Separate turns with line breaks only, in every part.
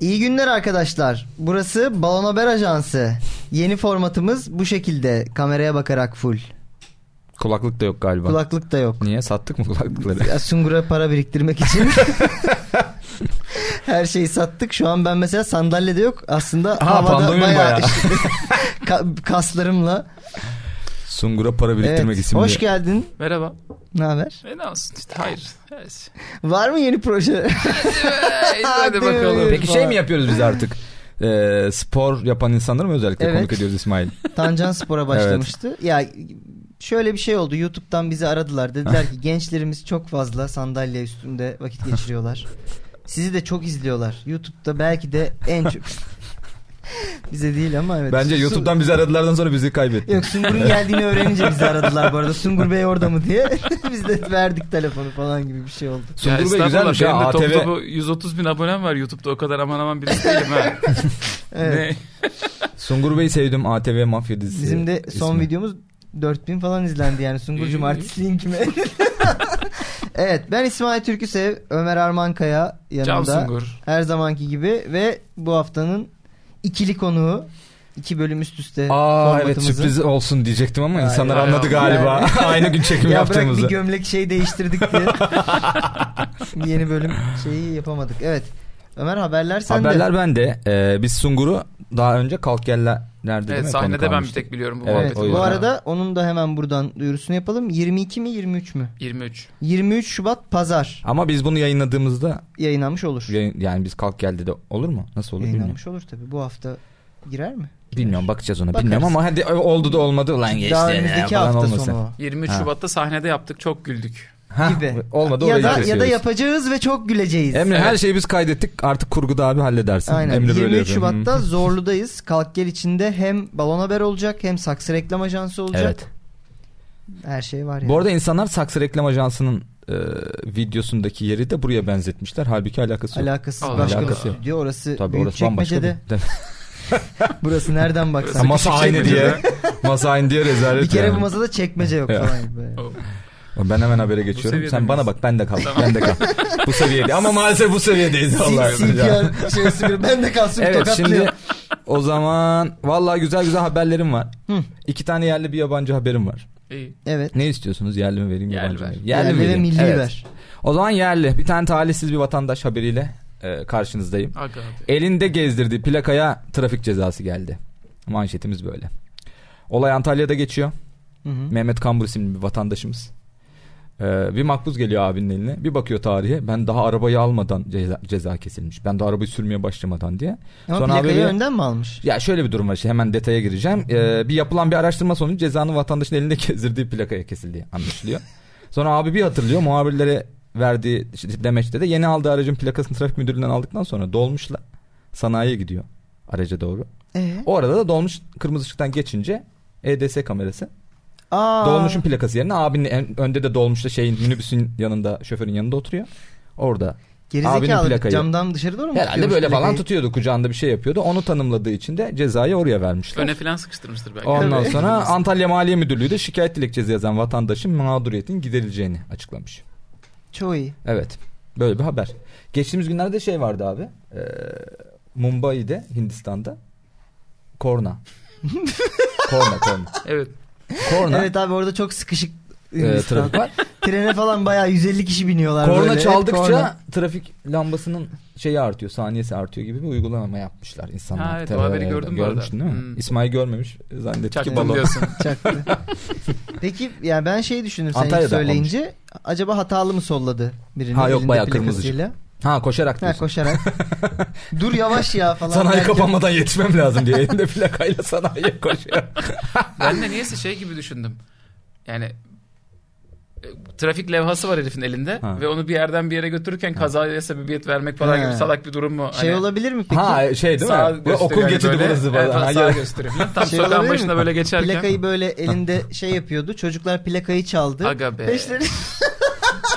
İyi günler arkadaşlar. Burası Balon Haber Ajansı. Yeni formatımız bu şekilde. Kameraya bakarak full.
Kulaklık da yok galiba.
Kulaklık da yok.
Niye? Sattık mı kulaklıkları?
Ya Sungur'a para biriktirmek için. Her şeyi sattık. Şu an ben mesela sandalyede yok. Aslında
Ha,
havada
pandomim
bayağı
bayağı.
ka- kaslarımla.
Sungur'a para biriktirmek
Evet.
isimli.
Hoş geldin.
Merhaba.
Ne haber?
E ne olsun işte hayır. Evet.
Var mı yeni proje?
Hadi,
Hadi
hadi bakalım.
buyurun.
Peki şey mi yapıyoruz biz artık? Ee, spor yapan insanları mı özellikle
Evet.
konuk ediyoruz İsmail?
Tancan Spor'a başlamıştı. Ya şöyle bir şey oldu. YouTube'dan bizi aradılar. Dediler ki gençlerimiz çok fazla sandalye üstünde vakit geçiriyorlar. Sizi de çok izliyorlar. YouTube'da belki de en çok... Bize değil ama evet.
Bence
Su-
YouTube'dan bizi aradılardan sonra bizi kaybetti.
Yok Sungur'un geldiğini öğrenince bizi aradılar bu arada. Sungur Bey orada mı diye. Biz de verdik telefonu falan gibi bir şey oldu.
Ya
Sungur Bey
estağfurullah
güzelmiş ya.
benim de
ATV.
top topu 130 bin abonem var YouTube'da o kadar aman aman birisi değilim ha.
Evet.
Ne?
Sungur Bey'i sevdim. ATV Mafya dizisi.
Bizim de son
ismi.
videomuz 4000 falan izlendi yani Sungurcuğum
İyi.
artistliğin kime? evet ben İsmail Türküsev, Ömer Armankaya
Can
yanımda.
Sungur.
Her zamanki gibi ve bu haftanın ikili konuğu. iki bölüm üst üste
Aa evet
formatımızın.
sürpriz olsun diyecektim ama
Hayır,
insanlar
hayır,
anladı
hayır.
galiba. Aynı gün çekim
Ya bırak
yaptığımızı.
bir gömlek şey değiştirdik diye. bir yeni bölüm şeyi yapamadık. Evet. Ömer haberler sende.
Haberler bende. Ee, biz Sungur'u daha önce Kalk Geller'lerde değil
Evet
mi?
sahnede
konuk
ben bir
almıştık?
tek biliyorum bu
Evet,
muhabbeti.
Evet,
o yüzden.
bu arada onun da hemen buradan duyurusunu yapalım. 22 mi 23 mü?
23.
23 Şubat Pazar
Ama biz bunu yayınladığımızda
yayınlanmış olur.
yayın- yani biz Kalk Gel'de de olur mu? Nasıl olur bilmiyorum.
Yayınlanmış olur tabii. Bu hafta girer mi?
Bilmiyorum bakacağız ona.
Bakarız.
Bilmiyorum ama hadi e, oldu da olmadı. Lan geçti.
Daha
ya
önümüzdeki
falan
hafta
olmasın.
sonu.
23
Ha.
Şubat'ta sahnede yaptık çok güldük.
Hah,
Gibi.
Olmadı
ya
orayı
da ya da
kesiyoruz.
yapacağız ve çok güleceğiz.
Emre
Evet.
her şeyi biz kaydettik. Artık kurguda abi halledersin.
Aynen.
Emre
23
böyle yapıyor.
Şubat'ta
Hı.
Zorlu'dayız. Kalk gel içinde hem balon haber olacak hem saksı reklam ajansı olacak. Her şey var yani.
Bu arada insanlar Saksı Reklam Ajansı'nın e, videosundaki yeri de buraya benzetmişler. Halbuki alakası yok.
alakasız
Allah
başka
alakası
bir
yok.
stüdyo. Orası
Tabii
büyük
orası bambaşka.
çekmecede.
bir-
Burası nereden
Ha,
baksan.
masa aynı diye. masa aynı diye rezalet.
bir kere
yani.
bu masada çekmece yok
Ya.
falan gibi.
Oh.
O-
Ben hemen habere geçiyorum.
seviyede
Sen bana
miyiz?
bak ben de kal. Ben de kal. bu seviyede. Ama maalesef bu seviyedeyiz. Allah'a
C-
emanet.
CPR şeysi bir ben de kalsın
Evet
tokatlayayım.
şimdi o zaman vallahi güzel güzel haberlerim var. İki tane yerli bir yabancı haberim var.
İyi.
Evet.
Ne istiyorsunuz yerli mi vereyim
Yerli
yabancı mı
ver.
vereyim?
Yerli
mi
ve
vereyim?
milli
Evet.
ver.
O zaman yerli bir tane talihsiz bir vatandaş haberiyle e, karşınızdayım.
Aga abi.
Elinde gezdirdiği plakaya trafik cezası geldi. Manşetimiz böyle. Olay Antalya'da geçiyor.
Hı hı.
Mehmet Kambur isimli bir vatandaşımız. Ee, bir makbuz geliyor abinin eline. Bir bakıyor tarihe. Ben daha arabayı almadan ceza, ceza kesilmiş. Ben daha arabayı sürmeye başlamadan diye.
Ama
Sonra
plakayı
haberi-
önden mi almış?
Ya şöyle bir durum var işte hemen detaya gireceğim. Ee, bir yapılan bir araştırma sonucu cezanın vatandaşın elinde gezdirdiği plakaya kesildiği anlaşılıyor. Sonra abi bir hatırlıyor muhabirlere verdiği işte demeçte de yeni aldığı aracın plakasını trafik müdüründen aldıktan sonra dolmuşla sanayiye gidiyor araca doğru.
Ee?
O arada da dolmuş kırmızı ışıktan geçince EDS kamerası
Aa.
dolmuşun plakası yerine abinin en- önde de dolmuşta şeyin minibüsün yanında şoförün yanında oturuyor. Orada
Gerizekalı
Abinin plakayı.
camdan dışarı doğru mu
herhalde
tutuyormuş
böyle falan
plakayı?
tutuyordu kucağında bir şey yapıyordu. Onu tanımladığı için de cezayı oraya vermişler.
Öne falan sıkıştırmıştır
E,
belki.
Ondan
Evet.
sonra Antalya Maliye Müdürlüğü de şikayet dilekçesi yazan vatandaşın mağduriyetin giderileceğini açıklamış.
Çok iyi.
Evet. Böyle bir haber. Geçtiğimiz günlerde şey vardı abi. E, Mumbai'de Hindistan'da korna. korna korna.
Evet.
Korna.
Evet abi orada çok sıkışık
e,
Hindistan.
trafik var.
Trene falan bayağı 150 kişi biniyorlar
Korna
böyle. Hep
çaldıkça
korna.
trafik lambasının şeyi artıyor, saniyesi artıyor gibi bir uygulama yapmışlar insanlar.
Ha, evet, o
Terör-
haberi gördüm bu arada.
Görmüştün değil mi?
Hmm.
İsmail görmemiş. Zannetti ki
Çaktım
balon.
diyorsun.
çaktı. Peki yani ben şey düşündüm sen
Antalya'da
ilk söyleyince. Acaba hatalı mı solladı birinin
Ha, yok,
elinde
bayağı kırmızı
plakasıyla?
Ha koşarak
Ha
diyorsun.
koşarak. Dur yavaş ya falan.
Sanayi
derken-
kapanmadan yetişmem lazım diye elinde plakayla sanayiye koşuyor.
Ben de niyeyse şey gibi düşündüm. Yani e, trafik levhası var herifin elinde
Ha.
ve onu bir yerden bir yere götürürken kazaya sebebiyet vermek falan
Ha.
gibi salak bir durum mu? Hani
Şey olabilir mi peki?
Ha şey değil
Sağa
mi? Bu okul
gösteriyor
geçidi
böyle.
burası
Evet,
falan.
sağa
Hayır.
gösteriyor. Tam
Şey olabilir
sokağın
mi?
başında böyle geçerken.
Plakayı böyle elinde şey yapıyordu. Çocuklar plakayı çaldı.
Aga be.
Peşleri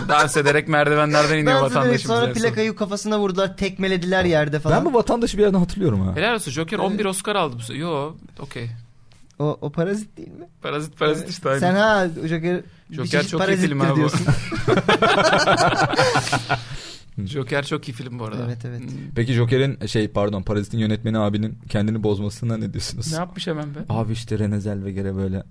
Dans ederek merdivenlerden iniyor
dans ederek
vatandaşımız.
sonra
en son.
plakayı kafasına vurdular. Tekmelediler yerde
Ben
falan.
bu vatandaşı bir yerden hatırlıyorum ha.
Helal olsun Joker 11 Oscar aldı bu se- Yo okey.
O, o parazit değil mi?
Parazit parazit işte aynı.
Sen ha Joker, bir
Joker
çeşit
çok iyi
parazittir
film abi o.
diyorsun.
Joker çok iyi film bu arada.
Evet, evet.
Hmm.
Peki Joker'in şey pardon Parazit'in yönetmeni abinin kendini bozmasına ne diyorsunuz?
Ne yapmış hemen be?
Abi işte Renée Zellweger'e böyle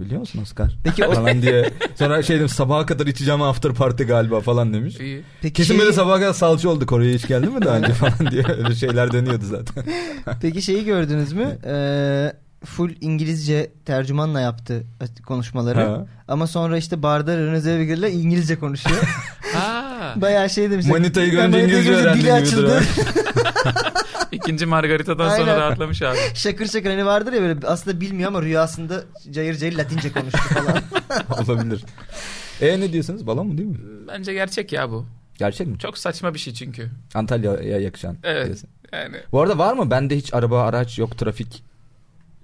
biliyor musun Oscar?
Peki o-
falan diye. Sonra şey dedim sabaha kadar içeceğim after party galiba falan demiş.
İyi.
Peki
Kesin
şeyi-
böyle sabaha kadar salça oldu Kore'ye hiç geldi mi daha önce falan diye öyle şeyler dönüyordu zaten.
Peki şeyi gördünüz mü? Ee, full İngilizce tercümanla yaptı konuşmaları.
Ha.
Ama sonra işte barda Rene Zellweger'la İngilizce konuşuyor.
Ha,
Bayağı şey demiş.
Manitayı görünce
Manitayı
İngilizce
görünce
öğrendim
Dili
gibi
açıldı.
ikinci Margarita'dan
Aynen.
sonra rahatlamış abi.
şakır şakır hani vardır ya böyle aslında bilmiyor ama rüyasında cayır cayır Latince konuştu falan.
Olabilir. E ne diyorsunuz? Balon mu değil mi?
Bence gerçek ya bu.
Gerçek mi?
Çok saçma bir şey çünkü.
Antalya'ya yakışan.
Evet.
diyorsun.
Yani
Bu arada var mı? Bende hiç araba, araç yok, trafik.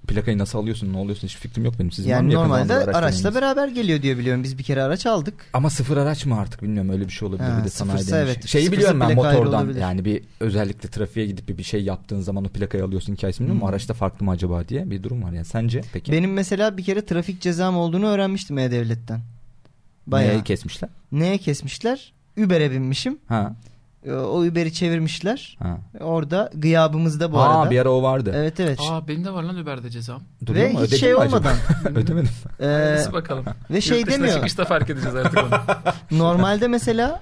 Plakayı nasıl alıyorsun, ne oluyorsun hiç fikrim yok benim. Sizin var mı
yani
yakın
normalde
zamanda bir araç
araçla
deneyiminiz?
beraber geliyor diye biliyorum. Biz bir kere araç aldık.
Ama sıfır araç mı artık bilmiyorum öyle bir şey olabilir
Ha,
bir de sanayi
sıfırsa
demiş.
evet.
Şeyi
Sıfırsa
biliyorum ben
plaka ayrı
motordan
olabilir.
yani bir özellikle trafiğe gidip bir, bir şey yaptığın zaman o plakayı alıyorsun hikayesi bilmiyorum ama araçta farklı mı acaba diye bir durum var yani sence peki
Hmm. Benim mesela bir kere trafik cezam olduğunu öğrenmiştim E-Devlet'ten. Bayağı.
neyi kesmişler?
Neye kesmişler? Uber'e binmişim.
Ha,
Ee, O Uber'i çevirmişler.
ha.
Orada gıyabımızda bu
Aa,
arada.
bir ara o vardı.
Evet evet.
aa benim de var lan Uber'de cezam.
Duruyor
Ve
mu?
hiç
Ödedim
şey
mi acaba?
olmadan.
Ödemedim.
Ee,
Nasıl bakalım.
ve şey
Yurt dışına
demiyor.
çıkışta fark edeceğiz artık onu.
Normalde mesela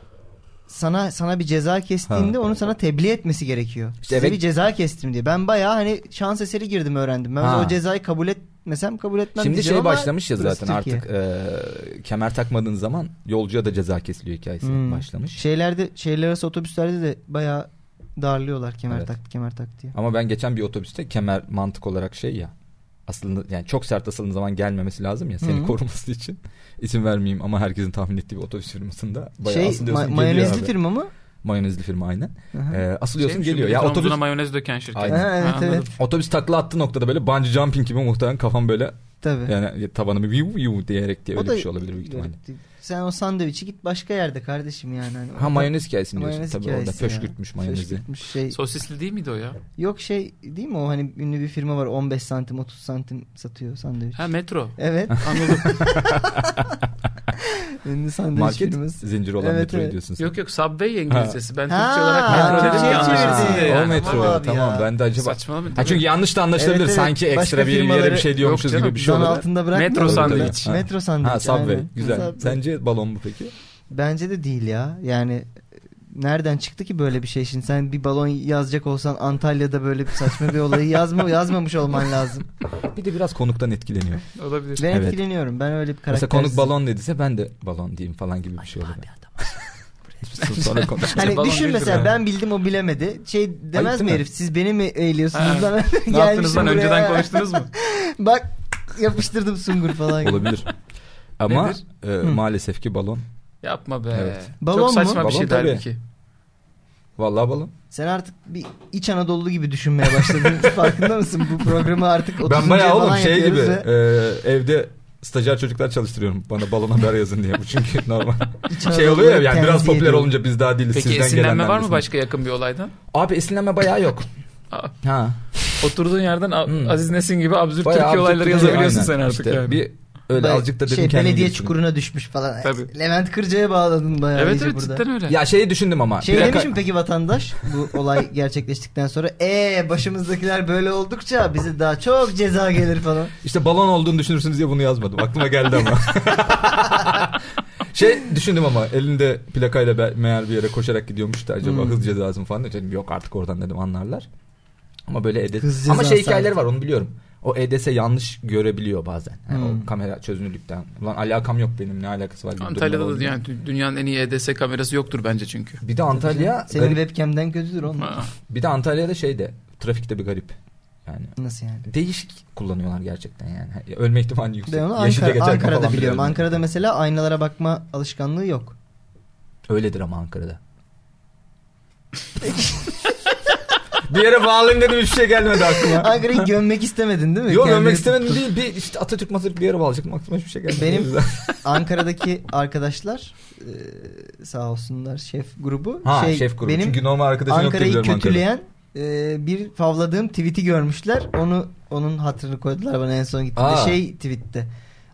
sana sana bir ceza kestiğinde
Ha.
onu sana tebliğ etmesi gerekiyor.
İşte
Size
evet.
bir ceza kestim diye. Ben bayağı hani şans eseri girdim öğrendim. Ben
Ha.
o cezayı kabul etmesem kabul etmem
Şimdi
diyeceğim
şey
ama
başlamış ya
burası
zaten
Türkiye.
artık e, kemer takmadığın zaman yolcuya da ceza kesiliyor hikayesi
Hmm.
başlamış.
Şeylerde şehirler arası otobüslerde de bayağı darlıyorlar kemer
Evet.
tak kemer tak diye.
Ama ben geçen bir otobüste kemer mantık olarak şey ya. Aslında yani çok sert asıldığın zaman gelmemesi lazım ya seni
Hı.
koruması için. İsim vermeyeyim ama herkesin tahmin ettiği bir otobüs firmasında bayağı
şey
asılıyorsun
ma-
geliyor
mayonezli
abi.
firma mı?
Mayonezli firma aynen.
Aha.
Ee, asılıyorsun
Şeymiş,
geliyor. Ya
omzuna
otobüs
mayonez döken şirket.
Aynen.
Ha, evet,
Ha, anladım.
evet.
otobüs takla attığı noktada böyle bungee jumping gibi muhtemelen kafam böyle
Tabii.
yani tavanımı yuv yuv diyerek diye
O
öyle
da
bir şey olabilir büyük ihtimalle.
garipti. Sen o sandviçi git başka yerde kardeşim yani. Hani
Ha
orada-
mayonez hikayesini diyorsun
Mayonez
tabii orada
hikayesi ya.
pöşkürtmüş mayonezi.
Pöşkürtmüş şey.
Sosisli değil miydi o ya?
Yok şey değil mi o hani ünlü bir firma var 15 santim 30 santim satıyor sandviç.
Ha metro.
Evet.
Anladım.
ünlü sandviç
Market
firması.
zinciri olan
Evet,
metroyu
evet.
diyorsun sen.
yok yok Subway İngilizcesi. Ben
Ha.
Türkçe olarak
Ha,
metro dedim ya.
Türkçe'ye
anlaşılsın
çevirdin.
diye
O
yani.
metro
Tamam abi
tamam
ya.
ben de acaba
Saçmalamayın.
Ha çünkü yanlış da anlaşılabilir.
Evet, evet.
Sanki
Başka
ekstra bir yere
firmaları-
bir şey diyormuşuz
Yok
gibi
canım,
bir şey
Zan
oldu.
altında bırakmıyor.
Metro
mu?
sandviç.
Ha. Metro sandviç.
Ha Subway
aynen.
güzel.
Subway.
Sence balon mu peki?
Bence de değil ya. Yani e, nereden çıktı ki böyle bir şey şimdi? Sen bir balon yazacak olsan Antalya'da böyle bir saçma bir olayı yazma yazmamış olman lazım.
Bir de biraz konuktan etkileniyor.
Olabilir.
Ben
Evet.
etkileniyorum. Ben öyle bir karakter.
Mesela konuk balon dediyse ben de balon diyeyim falan gibi bir şey olur. şey Sonra konuş.
Hani
Balon
düşün
değildir
mesela
yani.
ben bildim o bilemedi. Şey
Ayıp
demez
değil
mi
mi?
herif? Siz beni mi eğiliyorsunuz
Ha.
bana?
Ne yaptınız lan?
Gelmişim
Önceden
buraya.
konuştunuz mu?
Bak yapıştırdım sungur falan. gibi.
Olabilir. Ama
Nedir?
e, maalesef ki balon.
Yapma be.
Evet.
Balon
Çok saçma
mu?
bir şey
Balon tabii.
halbuki.
Vallahi balon.
Sen artık bir iç Anadolu gibi düşünmeye başladın. Farkında mısın? Bu programı artık 30.
Ben bayağı
falan
oğlum şey gibi
yapıyoruz ve
e, evde stajyer çocuklar çalıştırıyorum. Bana balon haber yazın diye. Bu çünkü normal.
İç
şey
Anadolu'yu
oluyor ya yani biraz
tenzih
popüler
ediyorum.
olunca biz daha değiliz.
Peki
sizden
esinlenme
gelenler
var mı
misiniz?
başka yakın bir olaydan?
Abi esinlenme bayağı yok.
Aa,
ha.
Oturduğun yerden A-
Hmm.
Aziz Nesin gibi absürt
Bayağı
Türkiye
absürt
olayları
Türkiye,
yazabiliyorsun
aynen.
sen artık
İşte
yani.
Bir öyle
Bay-
azıcık da dedim
şey,
kendim
Belediye
geliştirdim.
çukuruna düşmüş falan.
Tabii.
Levent Kırca'ya bağladın bayağı
Evet
iyice
evet
burada.
cidden öyle.
Ya şeyi düşündüm ama.
Şey
plaka-
demiş mi peki vatandaş bu olay gerçekleştikten sonra ee başımızdakiler böyle oldukça bize daha çok ceza gelir falan.
İşte balon olduğunu düşünürsünüz diye bunu yazmadım. Aklıma geldi ama. şey düşündüm ama elinde plakayla be- meğer bir yere koşarak gidiyormuş da acaba
Hmm.
hız cezası mı falan dedim. Yok artık oradan dedim anlarlar. Ama böyle
Hız
EDS.
cezası
Ama şey hikayeleri
abi.
var onu biliyorum. O EDS yanlış görebiliyor bazen. Yani
Hmm.
O kamera çözünürlükten. Ulan alakam yok benim ne alakası var. gibi durumlar
Antalya'da da
oluyor.
yani dü- dünyanın en iyi EDS kamerası yoktur bence çünkü.
Bir de Antalya
Senin
garip-
webcam'den kötüdür oğlum.
Ha.
bir de Antalya'da şey de trafikte bir garip. Yani
Nasıl yani?
değişik kullanıyorlar gerçekten yani. Ölme ihtimali yüksek.
Ben onu
Yeşilde
Ankara,
geçerken
Ankara'da
falan bile
biliyorum.
ölmüyor.
Ankara'da mesela aynalara bakma alışkanlığı yok.
Öyledir ama Ankara'da. bir yere bağlayayım dedim hiçbir şey gelmedi aklıma.
Ankara'yı gömmek istemedin değil mi?
Yok
Kendini
ölmek
tuttun.
istemedim değil. Bir işte Atatürk Mazırık bir yere bağlayacaktım aklıma hiçbir şey gelmedi.
Benim-
O yüzden-
Ankara'daki arkadaşlar e, sağ olsunlar şef grubu.
ha,
şey,
şef grubu.
Benim
Çünkü normal arkadaşım yok
Ankara'yı
diyebiliyorum Ankara'da.
kötüleyen e, bir favladığım tweet'i görmüşler. Onu onun hatırını koydular bana en son gittiğimde
Aa.
şey tweet'te.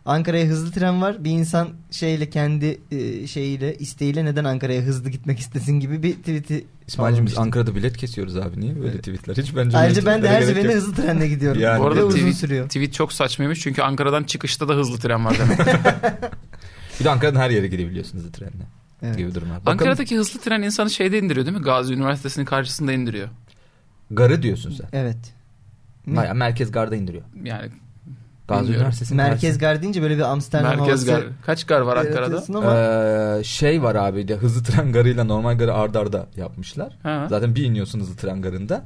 Ankara'ya hızlı tren var. Bir insan şeyle kendi e, şeyiyle isteğiyle neden Ankara'ya hızlı gitmek istesin gibi bir tweet'i
İsmail'cim biz
sallamıştım.
Ankara'da bilet kesiyoruz abi. Niye böyle
Evet.
tweetler? Hiç bence
Ayrıca ben de her
tweetlere gerek
seferinde
yok.
hızlı trenle gidiyorum.
Yani.
Bu
Bu
arada
uzun
tweet,
sürüyor.
tweet çok saçmaymış çünkü Ankara'dan çıkışta da hızlı tren var demek.
Bir de Ankara'dan her yere gidebiliyorsunuz trenle.
Evet.
Gibi durum var. Bakalım,
Ankara'daki hızlı tren insanı şeyde indiriyor değil mi? Gazi Üniversitesi'nin karşısında indiriyor.
garı diyorsun sen.
Evet. Ne?
Bayağı merkez garda indiriyor.
Yani
Gazi
Bilmiyorum.
Üniversitesi'nin
Merkez
karşısında.
gar deyince böyle bir Amsterdam
merkez
havası
gar. Kaç gar
E
var Ankara'da?
yaratıyorsun Ama
Ee, şey var abi de hızlı tren garıyla normal garı ardarda arda yapmışlar.
Ha.
Zaten bir iniyorsun hızlı tren garında.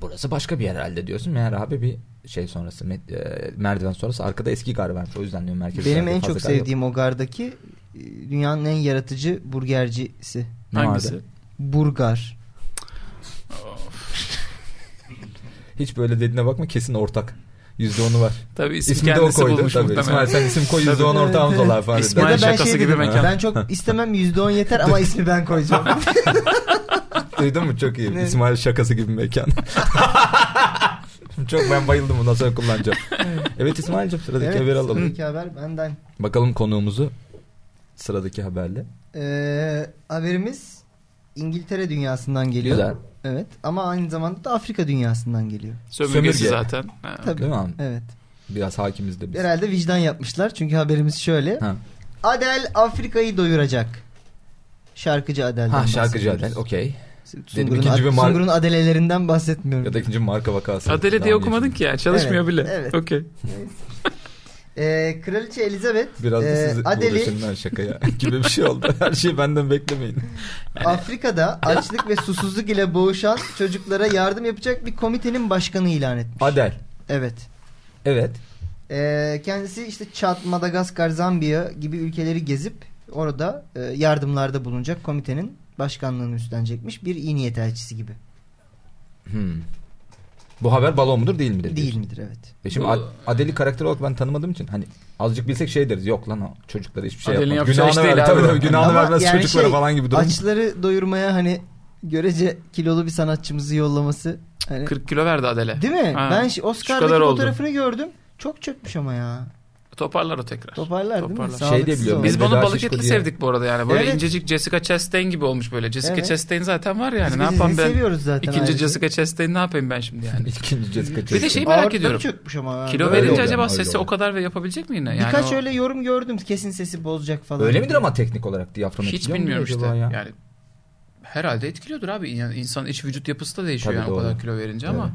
Burası başka bir yer herhalde diyorsun. Meğer abi bir şey sonrası met- e, merdiven sonrası arkada eski gar varmış. O yüzden diyorum merkez
benim
garda
en
fazla
çok
gar yok.
sevdiğim o gardaki e, dünyanın en yaratıcı burgercisi.
Ne
Hangisi?
vardı?
Burgar.
Hiç böyle dediğine bakma kesin ortak. Yüzde onu var.
Tabii ismi
İsmini de o
kendisi
koydu.
bulmuş
Tabii. İsmail
muhtemelen.
sen isim koy yüzde on
Tabii.
ortağımız
Evet.
olar falan. dedi.
İsmail-
Ya da ben
şakası
şey
gibi
dedim,
mekan.
ben çok istemem %10 yeter ama ismi ben koyacağım.
Duydun mu? Çok iyi.
Ne?
İsmail şakası gibi mekan. Çok ben bayıldım bundan sonra kullanacağım. evet İsmail'cim sıradaki haberi alalım.
sıradaki haber benden.
Bakalım konuğumuzu sıradaki haberle.
Ee, haberimiz İngiltere dünyasından geliyor.
Güzel.
Evet ama aynı zamanda da Afrika dünyasından geliyor.
Sömürgesi
Sömürge.
zaten. Ha.
Tabii.
Değil mi abi?
Evet.
Biraz hakimiz de biz.
Herhalde vicdan yapmışlar çünkü haberimiz şöyle.
Ha.
Adel Afrika'yı doyuracak. Şarkıcı Adel'den
ha şarkıcı
bahsediyoruz.
Adel okey. Dedim
Sungur'un,
ikinci bir
ad-
mar-
Sungur'un adelelerinden bahsetmiyorum.
ya da ikinci marka vakası.
Adele
Daha
diye
iyi.
okumadın ki yani çalışmıyor
Evet,
bile.
evet.
Okey.
Ee, Kraliçe Elizabeth
Biraz da
e,
siz
Adel'i
uğraşın lan şakaya gibi bir şey oldu. Her şeyi benden beklemeyin.
Afrika'da açlık ve susuzluk ile boğuşan çocuklara yardım yapacak bir komitenin başkanı ilan etmiş.
Adel.
Evet.
Evet.
Ee, kendisi işte Çad, Madagaskar, Zambiya gibi ülkeleri gezip orada e, yardımlarda bulunacak komitenin başkanlığını üstlenecekmiş bir iyi niyet elçisi gibi.
Hmm. Bu haber balon mudur değil midir?
Değil midir evet.
E şimdi
Bu-
Ad- Adeli karakter olarak ben tanımadığım için hani azıcık bilsek şey deriz. Yok lan o çocuklara hiçbir şey
Adele'nin
yapmaz.
yapacağı
Günahını
iş değil
ver.
abi
Tabii
o.
tabii günahını
Ama
vermez
yani
çocuklara
şey,
falan gibi durum.
Açları doyurmaya hani görece kilolu bir sanatçımızı yollaması hani-
40 kilo verdi Adele.
değil mi?
Ha.
Ben şi- Oscar'daki
oldu.
fotoğrafını gördüm. Çok çökmüş ama ya.
Toparlar o tekrar.
Toparlar,
Toparlar.
değil mi?
Şey
Sağlıksız
diye biliyorum.
olan.
Biz
Veda
bunu balık
Şişko
etli
diye.
sevdik bu arada yani. Böyle
Evet.
incecik Jessica Chastain gibi olmuş böyle. Jessica
Evet.
Chastain zaten var yani.
Biz
ne yapayım
bizi
ben?
seviyoruz zaten
İkinci
ayrıca.
Jessica Chastain ne yapayım ben şimdi yani?
İkinci Jessica
Bir de
Chastain.
şey merak
Ağırlıkları
ediyorum.
çökmüş ama. yani.
Kilo
Öyle
verince
oluyor,
acaba
öyle
sesi
oluyor.
o kadar ve yapabilecek mi yine? Yani
Birkaç
o-
öyle yorum gördüm. Kesin sesi bozacak falan.
Öyle midir
diye.
ama teknik olarak diyafram
Hiç
etkiliyor mu
bilmiyorum işte.
acaba ya?
Yani herhalde etkiliyordur abi. Yani insan iç vücut yapısı da değişiyor
Tabii
yani o
doğru.
kadar kilo verince ama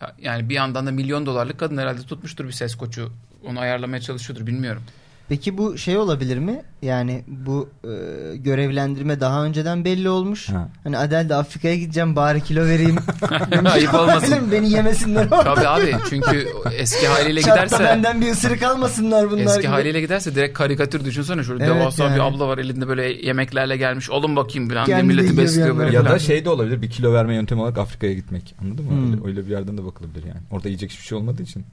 ya- yani bir yandan da milyon dolarlık kadın herhalde tutmuştur bir ses koçu. Onu ayarlamaya çalışıyordur bilmiyorum.
Peki bu şey olabilir mi? Yani bu e, görevlendirme daha önceden belli olmuş.
Ha.
Hani Adel de Afrika'ya gideceğim bari kilo vereyim. Demiş,
Ayıp olmasın.
Beni yemesinler.
Tabii abi çünkü eski haliyle
Çatta
giderse
benden bir ısırık almasınlar bunlar.
eski
gibi.
haliyle giderse direkt karikatür düşünsene şöyle
Evet
devasa bir
yani.
abla var elinde böyle yemeklerle gelmiş. Olun bakayım falan diye
Kendi
milleti
yiyor bir
besliyor
yandan.
böyle
Ya
falan.
da şey de olabilir bir kilo verme yöntemi olarak Afrika'ya gitmek. Anladın mı?
Hmm.
Öyle, öyle bir yerden de bakılabilir yani. Orada yiyecek hiçbir şey olmadığı için.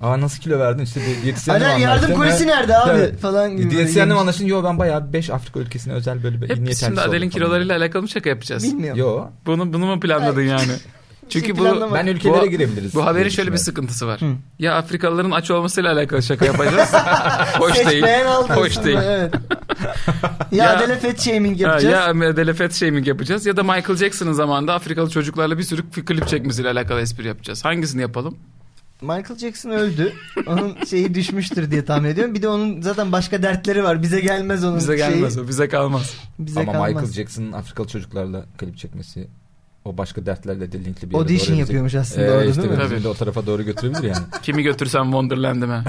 Aa nasıl kilo verdin işte bir diyetisyenle
Adel yardım kulesi nerede abi
Evet.
falan gibi.
Diyetisyenle
Yemiş.
anlaşın. Yo ben bayağı 5 Afrika ülkesine özel böyle bir
Hep
niyet
biz şimdi
elçisi
Adel'in
oldum falan.
kilolarıyla alakalı mı şaka yapacağız?
Bilmiyorum.
Yo
Bunu, bunu mu planladın yani? Çünkü bu
planlamadım.
ben ülkelere
Bu-
girebiliriz.
Bu haberin
diye
şöyle bir
düşünüyorum.
sıkıntısı var.
Hı.
Ya Afrikalıların aç olmasıyla alakalı şaka yapacağız. Hoş
Seç
değil.
beğen al
Hoş
diyorsun,
değil.
Evet. ya,
Ya-
Adel'e fat shaming
Ha,
yapacağız.
ya delefet shaming yapacağız ya da Michael Jackson'ın zamanında Afrikalı çocuklarla bir sürü klip çekmesiyle alakalı espri yapacağız. Hangisini yapalım?
Michael Jackson öldü. Onun şeyi düşmüştür diye tahmin ediyorum. Bir de onun zaten başka dertleri var. Bize gelmez onun
Bize gelmez
şeyi.
o bize kalmaz.
Bize
Ama
kalmaz.
Michael Jackson'ın Afrikalı çocuklarla klip çekmesi o başka dertlerle de linkli bir yere
Audition
doğru bizi-
yapıyormuş aslında
Ee,
orada
işte
değil mi?
bizi de o tarafa doğru götürebilir yani.
Kimi götürsem Wonderland'ime.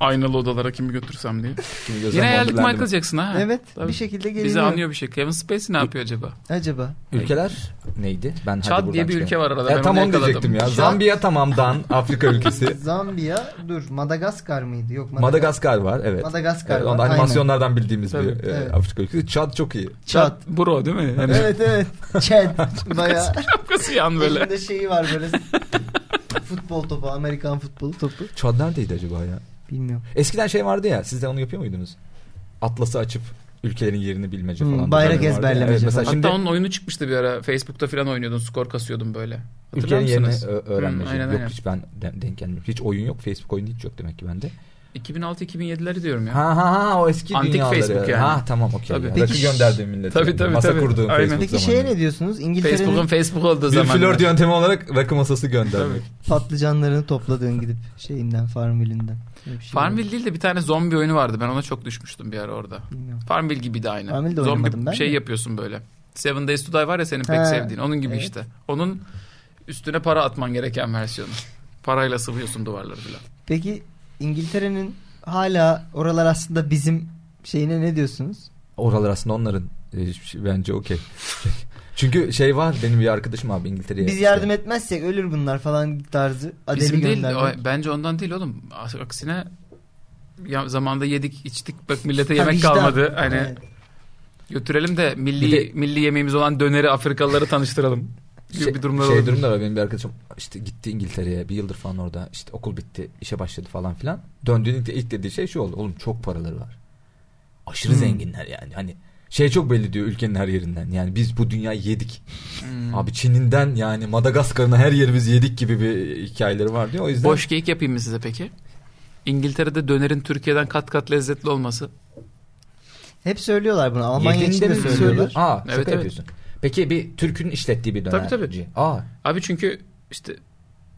Aynalı odalara kimi götürsem diye.
Kimi gözlem
Yine geldik
Wonderland'ı-
Michael Jackson'a. ha.
Evet
Tabii.
bir şekilde geliyor.
Bizi anlıyor bir şey. Kevin Spacey ne yapıyor acaba?
Acaba.
Ülkeler neydi? Ben hadi
Çad
buradan
diye bir
çıkayım.
ülke var arada.
Ya
ben
tam
onu
onu
yakaladım.
diyecektim ya.
Çad-
Zambiya tamamdan Afrika ülkesi.
Zambiya dur Madagaskar mıydı? Yok Madagas-
Madagaskar var evet.
Madagaskar
Evet,
var,
onda
aynen.
animasyonlardan bildiğimiz bir
Tabii,
e,
evet.
Afrika ülkesi. Çad çok iyi.
Çad.
Bro değil mi? Yani
Evet evet. Çad. Bayağı.
Kafkası yan böyle.
Elinde şeyi var böyle. futbol topu. Amerikan futbolu topu.
Çad neredeydi acaba ya?
Bilmiyorum.
Eskiden şey vardı ya. Siz de onu yapıyor muydunuz? Atlası açıp ülkelerin yerini bilmece
Hmm,
falan. da
bayrak
vardı ya.
ezberlemece
Evet, mesela
falan.
şimdi
Hatta onun oyunu çıkmıştı bir ara. Facebook'ta falan oynuyordun. Skor kasıyordun böyle. Hatırlar
ülkenin yerini
mısınız?
ö- öğrenmece.
Hı, Hmm, aynen,
yok
aynen.
hiç ben de- denk gelmedim. Hiç oyun yok. Facebook oyunu hiç yok demek ki bende.
2006-2007'leri diyorum ya.
Ha ha ha o eski
Antik
dünyaları.
Facebook yani.
Ha tamam okey.
Tabii.
Yani.
Peki
Rakı
ş-
gönderdiğim millete.
Tabii, tabii,
Masa
tabii.
kurduğum
Aynen.
Facebook
Peki şeye
zamanı.
ne diyorsunuz?
Facebook'un
İngiltere'nin
Facebook olduğu
Bir
zaman.
flört yöntemi olarak rakı masası göndermek.
patlıcanlarını topladığın gidip şeyinden Farmville'inden. Öyle bir şey
Farmville değil de bir tane zombi oyunu vardı. Ben ona çok düşmüştüm bir ara orada.
var. Bilmiyorum.
Farmville gibi de aynı.
Farmville de oynamadım ben
zombi
de.
şey yapıyorsun böyle. Seven Days to Die var ya senin pek
Ha,
sevdiğin. Onun gibi
evet.
işte. Onun üstüne para atman gereken versiyonu. Parayla sıvıyorsun duvarları falan.
Peki İngiltere'nin hala oralar aslında bizim şeyine ne diyorsunuz?
Oralar aslında onların e, hiçbir şey- bence okey. Çünkü şey var benim bir arkadaşım abi İngiltere'ye.
Biz
işte-
yardım etmezsek ölür bunlar falan tarzı adeli
Bizim değil.
göndermek.
o- Bence ondan değil oğlum. Aksine ya zamanda yedik içtik bak millete
Ha,
yemek
vicdan.
kalmadı. Hani
Evet.
götürelim de milli
Bir de-
milli yemeğimiz olan döneri Afrikalıları tanıştıralım. Gibi
şey,
bir durumlar
şey
olabilir.
durumda var benim bir arkadaşım işte gitti İngiltere'ye bir yıldır falan orada işte okul bitti işe başladı falan filan. Döndüğünde ilk dediği şey şu oldu oğlum çok paraları var. Aşırı
Hmm.
zenginler yani hani şey çok belli diyor ülkenin her yerinden yani biz bu dünyayı yedik.
Hmm.
Abi Çin'inden yani Madagaskar'ına her yerimiz yedik gibi bir hikayeleri var diyor o yüzden.
Boş geyik yapayım mı size peki? İngiltere'de dönerin Türkiye'den kat kat lezzetli olması.
Hep söylüyorlar bunu. Almanya için de
mi söylüyorlar?
söylüyorlar.
Aa,
Evet,
şaka
evet.
yapıyorsun. Peki bir Türk'ün işlettiği bir
Tabii,
dönerci.
tabii.
Aa,
Abi çünkü işte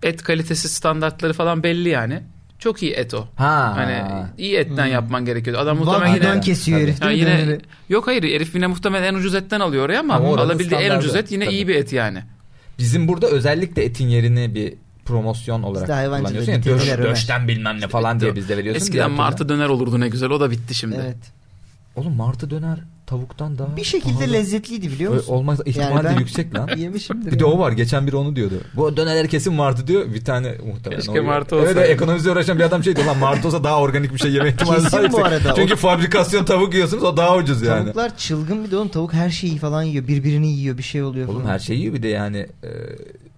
et kalitesi standartları falan belli yani. Çok iyi et o.
ha.
Hani iyi etten
Hmm.
yapman gerekiyordu. Adam muhtemelen
Vallahi
yine...
don kesiyor
Tabii.
herif.
Ya
değil mi?
yine
Döneri.
yok hayır herif yine muhtemelen en ucuz etten alıyor oraya ama,
Ama oranın
alabildiği en ucuz
standardı.
et yine
Tabii.
iyi bir et yani.
Bizim burada özellikle etin yerini bir promosyon olarak
Bizde hayvancılığı
kullanıyorsun. ya. döş,
getirdiler öyle.
döşten bilmem ne falan diye bizde veriyorsun.
Eskiden
Diğer türlü-
martı döner olurdu ne güzel o da bitti şimdi.
Evet.
Oğlum martı döner tavuktan daha
Bir şekilde
pahalı.
lezzetliydi biliyor
Ö-
musun?
Olmaz ihtimali de
ben-
yüksek lan.
Yemişimdir.
Bir de o
yani.
var. Geçen biri onu diyordu. Bu dönerler kesin martı diyor. Bir tane muhtemelen.
Keşke
oluyor.
martı
Evet,
olsa.
Evet, ekonomisiyle uğraşan bir adam şey diyor. Lan martı olsa daha organik bir şey yeme ihtimali
Kesin
daha
bu
yüksek.
arada.
Çünkü
O-
fabrikasyon tavuk yiyorsunuz o daha ucuz yani.
Tavuklar çılgın bir de oğlum tavuk her şeyi falan yiyor. Birbirini yiyor bir şey oluyor falan.
Oğlum her şeyi yiyor bir de yani e,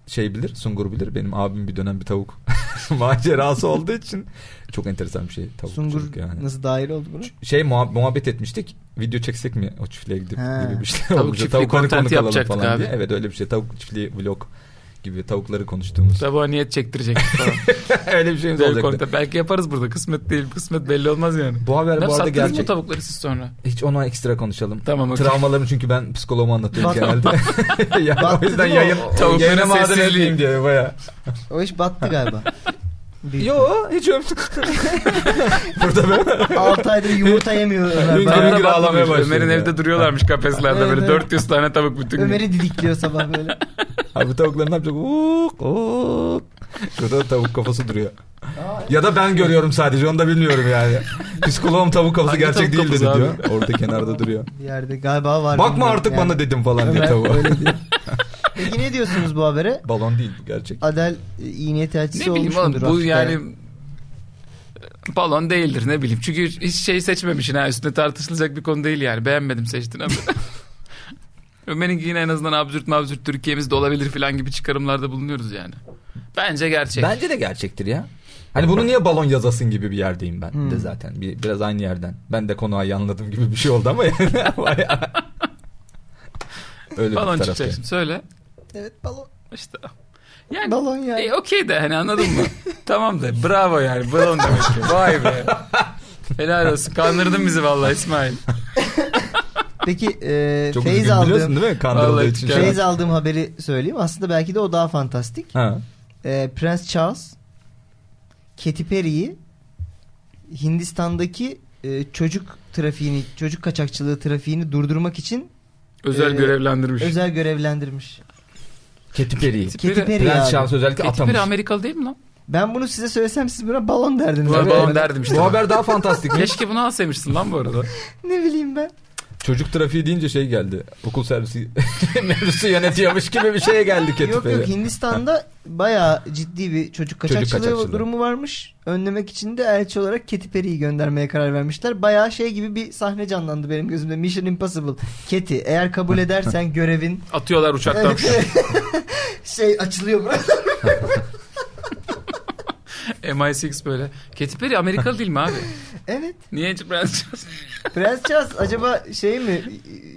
şey bilir Sungur bilir benim abim bir dönem bir tavuk macerası olduğu için çok enteresan bir şey tavuk
Sungur
yani.
nasıl dahil oldu buna?
Şey muha- muhabbet etmiştik video çeksek mi o çiftliğe gidip
He.
gibi bir şey
Tavuk
olmuştu.
çiftliği
Tavukları
content
konuk alalım
yapacaktık
falan
abi.
diye. Evet öyle bir şey tavuk çiftliği vlog gibi tavukları konuştuğumuz
Sabaha niyet çektirecek falan.
öyle bir şeyimiz
Güzel bir
olacaktı.
konta. Belki yaparız burada kısmet değil kısmet belli olmaz yani.
Bu haber bu
Ne
arada
sattınız mı
gerçek.
tavukları siz sonra?
Hiç ona ekstra konuşalım.
Tamam okey.
Travmalarımı çünkü ben psikoloğuma anlatıyorum
Battı.
genelde. Yani o
Battı
yüzden
değil mi o?
yayın,
Tavukların
yayına madem
sessizliği.
etmeyeyim diye baya.
O iş battı galiba. Büyük
Yo hiç öp. Burada ben.
6 aydır yumurta yemiyor Ömer.
Gün
Bayağı-
gün
Tam da
ağlamaya
bakmamış.
başladı
Ömer'in
ya.
evde duruyorlarmış kafeslerde
Evet,
böyle
evet.
400 tane tavuk bütün gün.
Ömer'i didikliyor sabah böyle.
Abi tavuklar ne yapacak? Uuk, uuk. Şurada da tavuk kafası duruyor. Ya da ben görüyorum sadece onu da bilmiyorum yani. Psikoloğum tavuk kafası
Hangi
gerçek
tavuk
değil dedi
kafası abi?
diyor. Orada kenarda duruyor.
Bir yerde galiba var.
Bakma
bilmiyorum
artık
yani.
bana dedim falan diye
Ömer
tavuğa.
öyle diyor. Peki ne diyorsunuz bu habere?
Balon değil bu gerçek.
Adel e, iyi niyet elçisi
Ne bileyim
olmuş
oğlum
mudur
bu
Afrika'ya?
yani balon değildir ne bileyim. Çünkü hiç şey seçmemişsin ha üstüne tartışılacak bir konu değil yani. Beğenmedim seçtin ama. Ömer'in yine en azından absürt mabsürt Türkiye'miz de olabilir falan gibi çıkarımlarda bulunuyoruz yani. Bence gerçek.
Bence de gerçektir ya. Hani bunu niye balon yazasın gibi bir yerdeyim ben
Hmm.
de zaten. Bir, biraz aynı yerden. Ben de konuyu iyi anladım gibi bir şey oldu ama yani. bayağı. Öyle
balon
bir
çıkacak
tarafta.
şimdi söyle.
Evet balon.
İşte. Yani
Balon yani.
E, okey de hani anladın mı? tamam da bravo yani balon demek ki. Vay be. Helal olsun. Kandırdın bizi vallahi İsmail.
Peki e,
Çok
feyiz
üzgün biliyorsun
aldığım,
değil mi? Kandırıldığı
Vallahi
için. şu an.
feyiz aldığım haberi söyleyeyim. Aslında belki de o daha fantastik.
Ha.
E, Prens Charles Katy Perry'yi Hindistan'daki e, çocuk trafiğini, çocuk kaçakçılığı trafiğini durdurmak için
Özel
Ee,
görevlendirmiş.
özel görevlendirmiş.
Katy Perry'yi.
Katy
Perry-
Perry
Prens
abi.
Charles özellikle
Katy
atamış.
Perry Amerikalı değil mi lan?
Ben bunu size söylesem siz buna balon derdiniz.
Buna
Evet.
balon derdim işte.
Bu haber daha fantastik.
Keşke bunu alsaymışsın lan bu arada.
Ne bileyim ben.
Çocuk trafiği deyince şey geldi. Okul servisi mevzusu yönetiyormuş gibi bir şeye geldi Katy
Yok
Perry.
yok Hindistan'da bayağı ciddi bir çocuk kaçakçılığı,
kaçakçılığı.
durumu varmış. Önlemek için de elçi olarak Katy Perry'yi göndermeye karar vermişler. Bayağı şey gibi bir sahne canlandı benim gözümde. Mission Impossible. Katy eğer kabul edersen görevin
Atıyorlar uçaktan.
şey açılıyor burası.
MI6 böyle. Katy Perry Amerikalı değil mi abi?
evet.
Niye hiç Prens Charles?
Prens Charles acaba şey mi?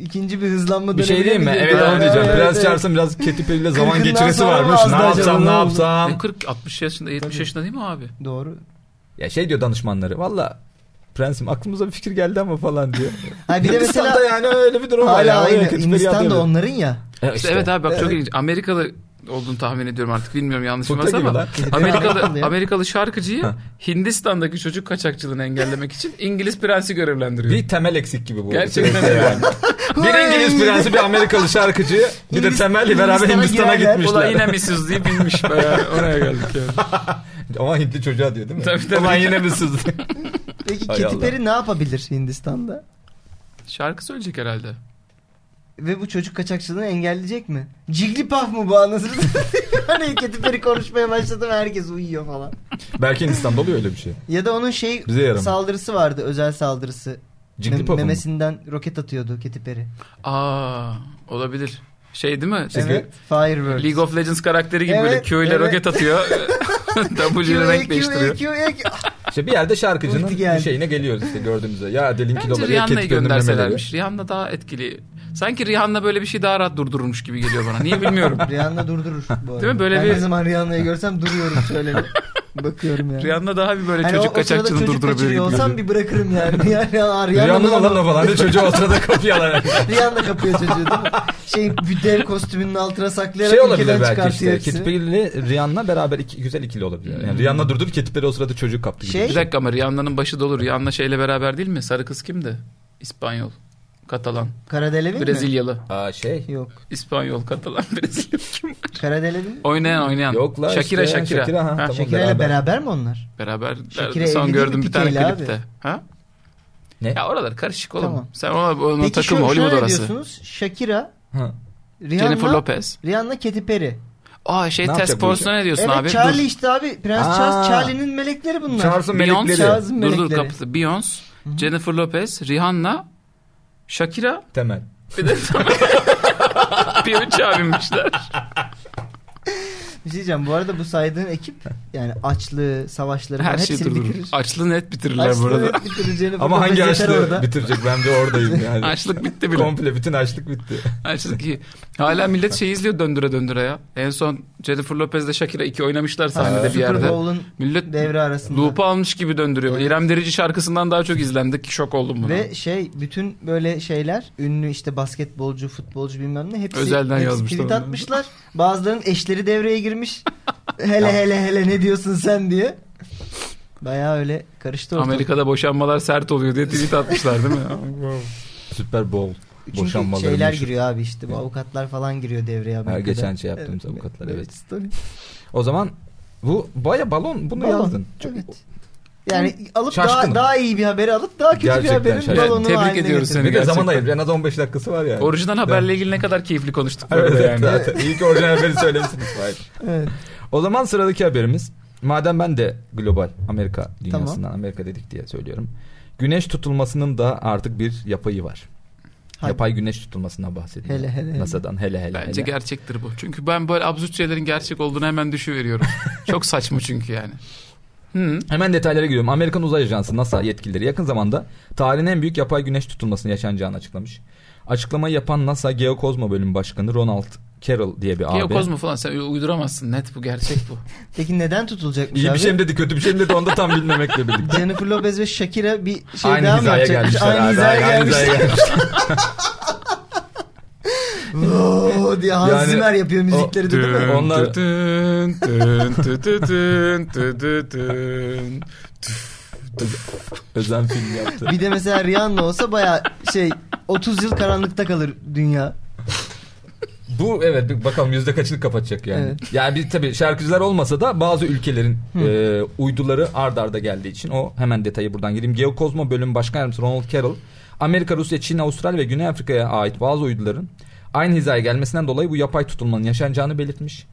ikinci bir hızlanma
Bir şey diyeyim mi?
dönemi
Evet onu diyeceğim.
evet,
Biraz
evet.
Charles'ın biraz Katy Perry'le zaman
Kırkından
geçirisi
sonra mı
varmış.
azdı
Ne
acaba,
yapsam
ne
ne
oldu?
yapsam.
40 60 yaşında 70
Tabii.
yaşında değil mi abi?
Doğru.
Ya şey diyor danışmanları. Valla prensim aklımıza bir fikir geldi ama falan diyor.
Ha bir de
Hindistan'da
mesela
yani öyle bir durum var.
hala
ya.
aynı.
Oraya kötü bir
Hindistan
yerde
da
öyle.
onların ya.
Evet,
İşte
işte.
evet abi bak çok
Evet.
ilginç. Amerikalı olduğunu tahmin ediyorum artık. Bilmiyorum yanlış
Fıkra
olmaz
gibi
ama.
lan.
Amerikalı
Amerikalı,
ya.
Amerikalı şarkıcıyı
Ha.
Hindistan'daki çocuk kaçakçılığını engellemek için İngiliz prensi görevlendiriyor.
Bir temel eksik gibi bu.
Gerçekten öyle yani.
bir İngiliz prensi, bir Amerikalı şarkıcı, bir de
Hindist-
temelli beraber
Hindistan'a
Hindistan'a
girerler.
gitmişler.
Ulan yine Mrs. diye bilmiş bayağı. Oraya geldik yani.
Ama Hintli çocuğa diyor değil mi?
Tabii, tabii.
Ulan yine mi sızdı?
Peki
Hay
Katy
Allah.
Perry ne yapabilir Hindistan'da?
Şarkı söyleyecek herhalde.
Ve bu çocuk kaçakçılığını engelleyecek mi? Jigglypuff mı bu anasını? hani Katy Perry konuşmaya başladı ve herkes uyuyor falan.
Belki Hindistan'da oluyor öyle bir şey.
Ya da onun şey
Bize yaramaz.
saldırısı vardı özel saldırısı.
Jigglypuff
Mem-
mu?
memesinden roket atıyordu Katy Perry.
Aa olabilir. Şey değil mi?
Çünkü-
Evet. Fireworks.
League of Legends karakteri gibi böyle
Evet,
Q ile
evet.
roket atıyor. W ile renk değiştiriyor.
İşte bir yerde şarkıcının
Ulti geldi.
bir şeyine geliyoruz işte gördüğümüzde. Ya Delin
Bence
kiloları ya
Rihanna'yı şey.
Keti gönderselermiş.
gönderselermiş. Rihanna daha etkili. Sanki Rihanna böyle bir şey daha rahat durdurulmuş gibi geliyor bana. Niye bilmiyorum.
Rihanna durdurur bu arada.
Değil mi? Böyle
ben
bir-
ne zaman Rihanna'yı görsem duruyorum şöyle. bir. Bakıyorum yani.
Rihanna daha bir böyle
Hani
çocuk
o- o sırada
kaçakçılığını
çocuk
durdurabilir gibi
kaçırıyor
geliyor.
olsam bir bırakırım yani. yani Rihanna,
Rihanna lan o falan diye çocuğu o sırada kapıyorlar.
Rihanna kapıyor çocuğu değil mi? Şey bir dev kostümünün altına saklayarak
şey olabilir
ülkeden
belki
çıkartıyor
işte.
hepsini.
Katy Perry ile Rihanna beraber iki, güzel ikili olabilir. Yani Rihanna durdurup Katy Perry o sırada çocuk kaptı.
Hmm.
Gibi.
Şey-
Bir dakika ama Rihanna'nın başı dolu. Rihanna şeyle beraber değil mi? Sarı kız kimdi? İspanyol. Katalan.
Karadelevin mi?
Brezilyalı.
Aa şey.
Yok.
İspanyol, Katalan, Brezilyalı. Kim?
Karadelevin mi?
Oynayan oynayan.
Yok la
Shakira,
işte,
Shakira.
Shakira, ha,
Ha,
tamam.
Şakira'yla
Beraber.
beraber. mi onlar?
Beraber
Shakira evli
son
değil
gördüm
mi
bir tane
Pique'yle abi?
klipte. Ha?
Ne?
Ya oralar karışık oğlum.
Tamam.
Sen ona, ona
Peki
takılma
şu, şöyle
Hollywood orası.
diyorsunuz. Shakira,
Ha.
Jennifer
Rihanna,
Lopez.
Rihanna Katy Perry.
Aa şey
Ne
test
yapacak bu
konusunda ne diyorsun
evet
abi?
Charlie işte abi. Prens
Aa.
Charles. Charlie'nin melekleri bunlar.
Charles'ın
Beyoncé-
melekleri.
Charles'ın
Dur. Dur dur
melekleri.
kapısı. Beyoncé, Jennifer Lopez, Rihanna, Shakira
Temel.
bir de P3 abimmişler.
Bir şey diyeceğim. Bu arada bu saydığın ekip yani açlığı, savaşları
Her
falan
şeyi
hepsini
durdurur.
bitirir.
Açlığı net bitirirler
Açlığı
bu arada.
hep bitireceğini
Ama
burada
hangi
yeter
açlığı
orada.
bitirecek ben de oradayım yani.
Açlık bitti bile.
Komple bütün açlık bitti.
Açlık iyi. Hala millet şey izliyor döndüre döndüre ya. En son Jennifer Lopez'le Shakira 2 oynamışlar
Ha,
sahnede bir
Super
yerde.
Bowl'un
Millet
devre arasında.
Loop'u almış gibi döndürüyor. İrem Derici şarkısından daha çok izlendik. Şok oldum buna.
Ve şey bütün böyle şeyler ünlü işte basketbolcu, futbolcu bilmem ne hepsi,
Özelden
hepsi
yazmışlar
tweet
onları.
atmışlar. Bazılarının eşleri devreye girmiş. hele hele hele ne diyorsun sen diye. Baya öyle karıştı ortalık.
Amerika'da boşanmalar sert oluyor diye tweet atmışlar değil mi?
Süper Bowl.
Çünkü
boşanmaları
şeyler
meşhur.
giriyor abi işte bu avukatlar falan giriyor devreye
Ha,
Amerika'da.
geçen şey yaptığımız avukatlar evet.
story.
O zaman bu baya balon bunu
Balon,
yazdın. Çok-
evet. Yani alıp
Şaşkınım.
daha, daha iyi bir haberi alıp daha kötü bir
Gerçekten
haberin
şaşkınım.
balonu
Tebrik
haline
ediyoruz
getirdim.
seni.
Bir de zaman
Gerçekten.
ayır. En az 15 dakikası var yani.
Orijinal haberle ilgili ne kadar keyifli konuştuk bu arada
Evet,
yani.
zaten. İyi ki orijinal haberi söylemişsiniz. Vay.
Evet.
O zaman sıradaki haberimiz. Madem ben de global Amerika dünyasından
Tamam.
Amerika dedik diye söylüyorum. Güneş tutulmasının da artık bir yapayı var.
Hadi.
Yapay güneş tutulmasından bahsediyor.
Hele, hele, hele.
NASA'dan hele hele
Bence
hele.
gerçektir bu. Çünkü ben böyle absürt şeylerin gerçek olduğunu hemen düşüveriyorum. Çok saçma çünkü yani. Hı.
Hemen detaylara giriyorum. Amerikan Uzay Ajansı NASA yetkilileri yakın zamanda tarihin en büyük yapay güneş tutulmasını yaşanacağını açıklamış. Açıklamayı yapan NASA Geokozma Bölüm Başkanı Ronald Carroll diye bir abi.
Geokozmo falan sen uyduramazsın. Net bu gerçek bu.
Peki neden tutulacakmış
İyi
abi?
bir şey mi dedi kötü bir şey mi dedi onu da tam bilmemekle birlikte.
Jennifer Lopez ve Shakira bir şey
aynı
daha mı
hizaya
yapacakmış?
gelmişler. abi,
Aynı hizaya gelmişler.
hizaya gelmişler.
Oo diye Hans
Yani
Zimmer yapıyor müzikleri de değil mi?
Dün, Onlar-
Tütün, tütün, tütütün, tütütün.
Özen film yaptı.
Bir de mesela Rihanna olsa baya şey 30 yıl karanlıkta kalır dünya.
Bu evet bir bakalım yüzde kaçını kapatacak yani.
Evet.
Yani bir tabii şarkıcılar olmasa da bazı ülkelerin e, uyduları ard arda geldiği için o hemen detayı buradan gireyim. Geokozmo bölüm başkan yardımcısı Ronald Carroll Amerika, Rusya, Çin, Avustralya ve Güney Afrika'ya ait bazı uyduların aynı hizaya gelmesinden dolayı bu yapay tutulmanın yaşanacağını belirtmiş.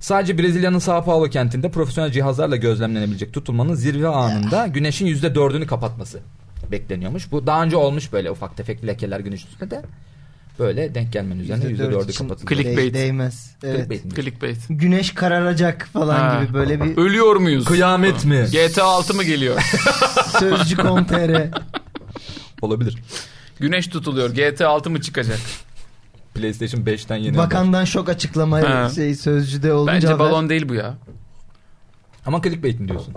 Sadece Brezilya'nın Sao Paulo kentinde profesyonel cihazlarla gözlemlenebilecek tutulmanın zirve anında güneşin %4'ünü kapatması bekleniyormuş. Bu daha önce olmuş böyle ufak tefek lekeler güneş üstünde de böyle denk gelmenin üzerine
%4
%4'ü
için
kapatılıyor.
değ-
Clickbait.
Değmez. Evet.
Clickbait.
Güneş kararacak falan
Ha.
gibi böyle bir
Ölüyor muyuz?
Kıyamet mi?
GTA 6 mı geliyor?
sözcü kompere.
Olabilir.
Güneş tutuluyor. GTA 6 mı çıkacak?
PlayStation 5'ten yeni. haber.
Bakandan şok açıklama
Ha.
şey sözcüde olunca
Bence
haber.
balon değil bu ya.
Ama clickbait mi diyorsun?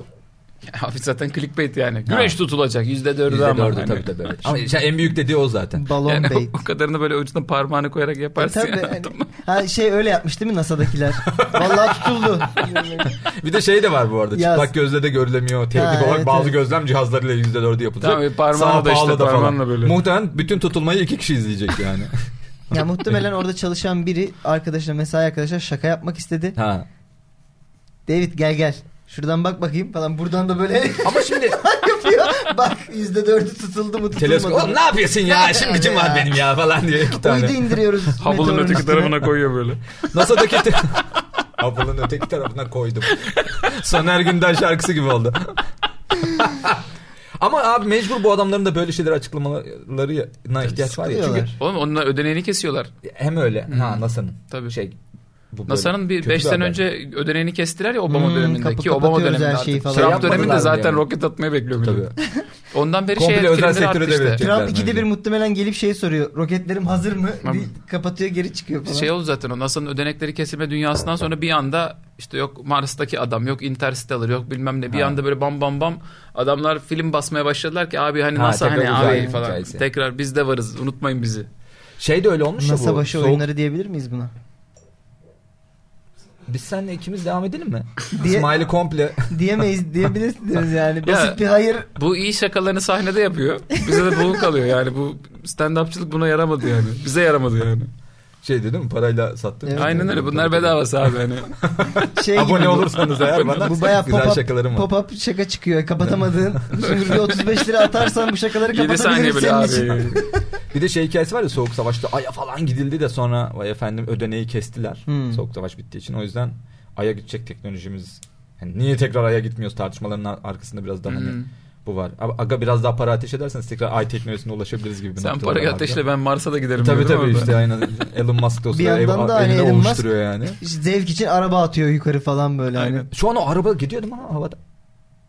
Abi zaten clickbait yani. Güneş tutulacak yüzde dördü ama.
Dördü
hani.
tabii tabii. evet. Ama işte en büyük dediği o zaten.
Balon
Yani
bey.
o, o kadarını böyle ucuna parmağını koyarak yaparsın.
Tabii,
yani,
hani-
anladın mı?
ha, şey öyle yapmış değil mi NASA'dakiler? Vallahi tutuldu.
Bir de şey de var bu arada.
Yaz.
Çıplak gözle de görülemiyor. Teorik
Ha,
olarak
evet,
bazı
evet.
gözlem cihazlarıyla %4'ü yapılacak.
Tabii, parmağınla
Sao
da işte,
Paulo'da
parmağınla böyle.
Muhtemelen bütün tutulmayı iki kişi izleyecek yani.
Ya muhtemelen orada çalışan biri arkadaşına mesai arkadaşına şaka yapmak istedi.
ha.
David gel gel. Şuradan bak bakayım falan. Buradan da böyle
Ama şimdi
yapıyor. Bak yüzde dördü tutuldu mu tutulmadı
teleskop Oğlum
mı?
ne yapıyorsun ya? Şimdi kim var
Ya.
benim ya falan diye iki tane.
Uydu indiriyoruz.
Hubble'ın
meteorun
öteki
üstüne.
tarafına koyuyor böyle.
NASA'daki te- Apple'ın öteki tarafına koydum. Soner Günden şarkısı gibi oldu. Ama abi mecbur bu adamların da böyle şeyleri açıklamalarına ihtiyaç var ya. Çünkü
Sıkılıyorlar.
Oğlum onlar ödeneğini kesiyorlar.
hem öyle. Ha NASA'nın.
Tabii.
Şey, bu böyle
NASA'nın bir
kötü
5 sene
haber.
önce ödeneğini kestiler ya Obama
Hmm,
döneminde.
kapı
Ki Obama
kapatıyoruz
döneminde
her şeyi
artık.
falan.
Trump
Yapmadılar
döneminde
bile
zaten
yani.
roket atmayı bekliyor millet.
Tabii.
Ondan beri
Komple
şey
özel
filmleri
sektöre
arttı işte.
devredecek.
Trump
Tekrar
ikide
mevcut.
bir muhtemelen gelip şey soruyor. Roketlerim hazır mı?
Tamam.
Bir kapatıyor geri çıkıyor falan.
Şey oldu zaten o NASA'nın ödenekleri kesilme dünyasından sonra bir anda işte yok Mars'taki adam yok Interstellar yok bilmem ne bir
Ha.
anda böyle bam bam bam adamlar film basmaya başladılar ki abi hani
Ha,
NASA hani
tekrar uzay
abi falan
hikayesi.
tekrar biz de varız unutmayın bizi.
Şey de öyle olmuş ya
NASA
bu.
başı
soğuk-
oyunları diyebilir miyiz buna?
Biz seninle ikimiz devam edelim mi?
Diye-
İsmail'i komple.
Diyemeyiz diyebilirsiniz yani. Basit
Ya.
bir hayır.
Bu iyi şakalarını sahnede yapıyor. Bize de bu kalıyor yani bu stand-upçılık buna yaramadı yani. Bize yaramadı yani.
Şey dedim mi? Parayla sattım.
Evet.
Aynen öyle bunlar bedavası abi hani.
Şey gibi
Abone
bu.
olursanız eğer bana
Bu bayağı
güzel
pop-up
şakalarım var.
pop up şaka çıkıyor. Kapatamadığın. Şimdi bir 35 lira atarsan bu şakaları
7 saniye
kapatabilirim
bile
senin için.
abi.
Bir de şey hikayesi var ya Soğuk Savaş'ta Ay'a falan gidildi de sonra vay efendim ödeneği kestiler.
Hmm.
Soğuk Savaş bittiği için. O yüzden Ay'a gidecek teknolojimiz. Yani niye tekrar Ay'a gitmiyoruz tartışmaların ar- arkasında biraz daha hani
Hmm.
bu var. Ama Aga biraz daha para ateş ederseniz tekrar Ay teknolojisine ulaşabiliriz gibi bir
Sen
noktada
parayı
var.
ateşle ben Mars'a da giderim.
Tabii
diyor, değil mi
tabii
orada?
işte aynen Elon Musk da olsa
Bir yandan
ev-
da hani
elini
Elon Musk-
ovuşturuyor yani.
Zevk için araba atıyor yukarı falan böyle hani.
Aynen.
Şu an o araba gidiyordu mu ha, havada?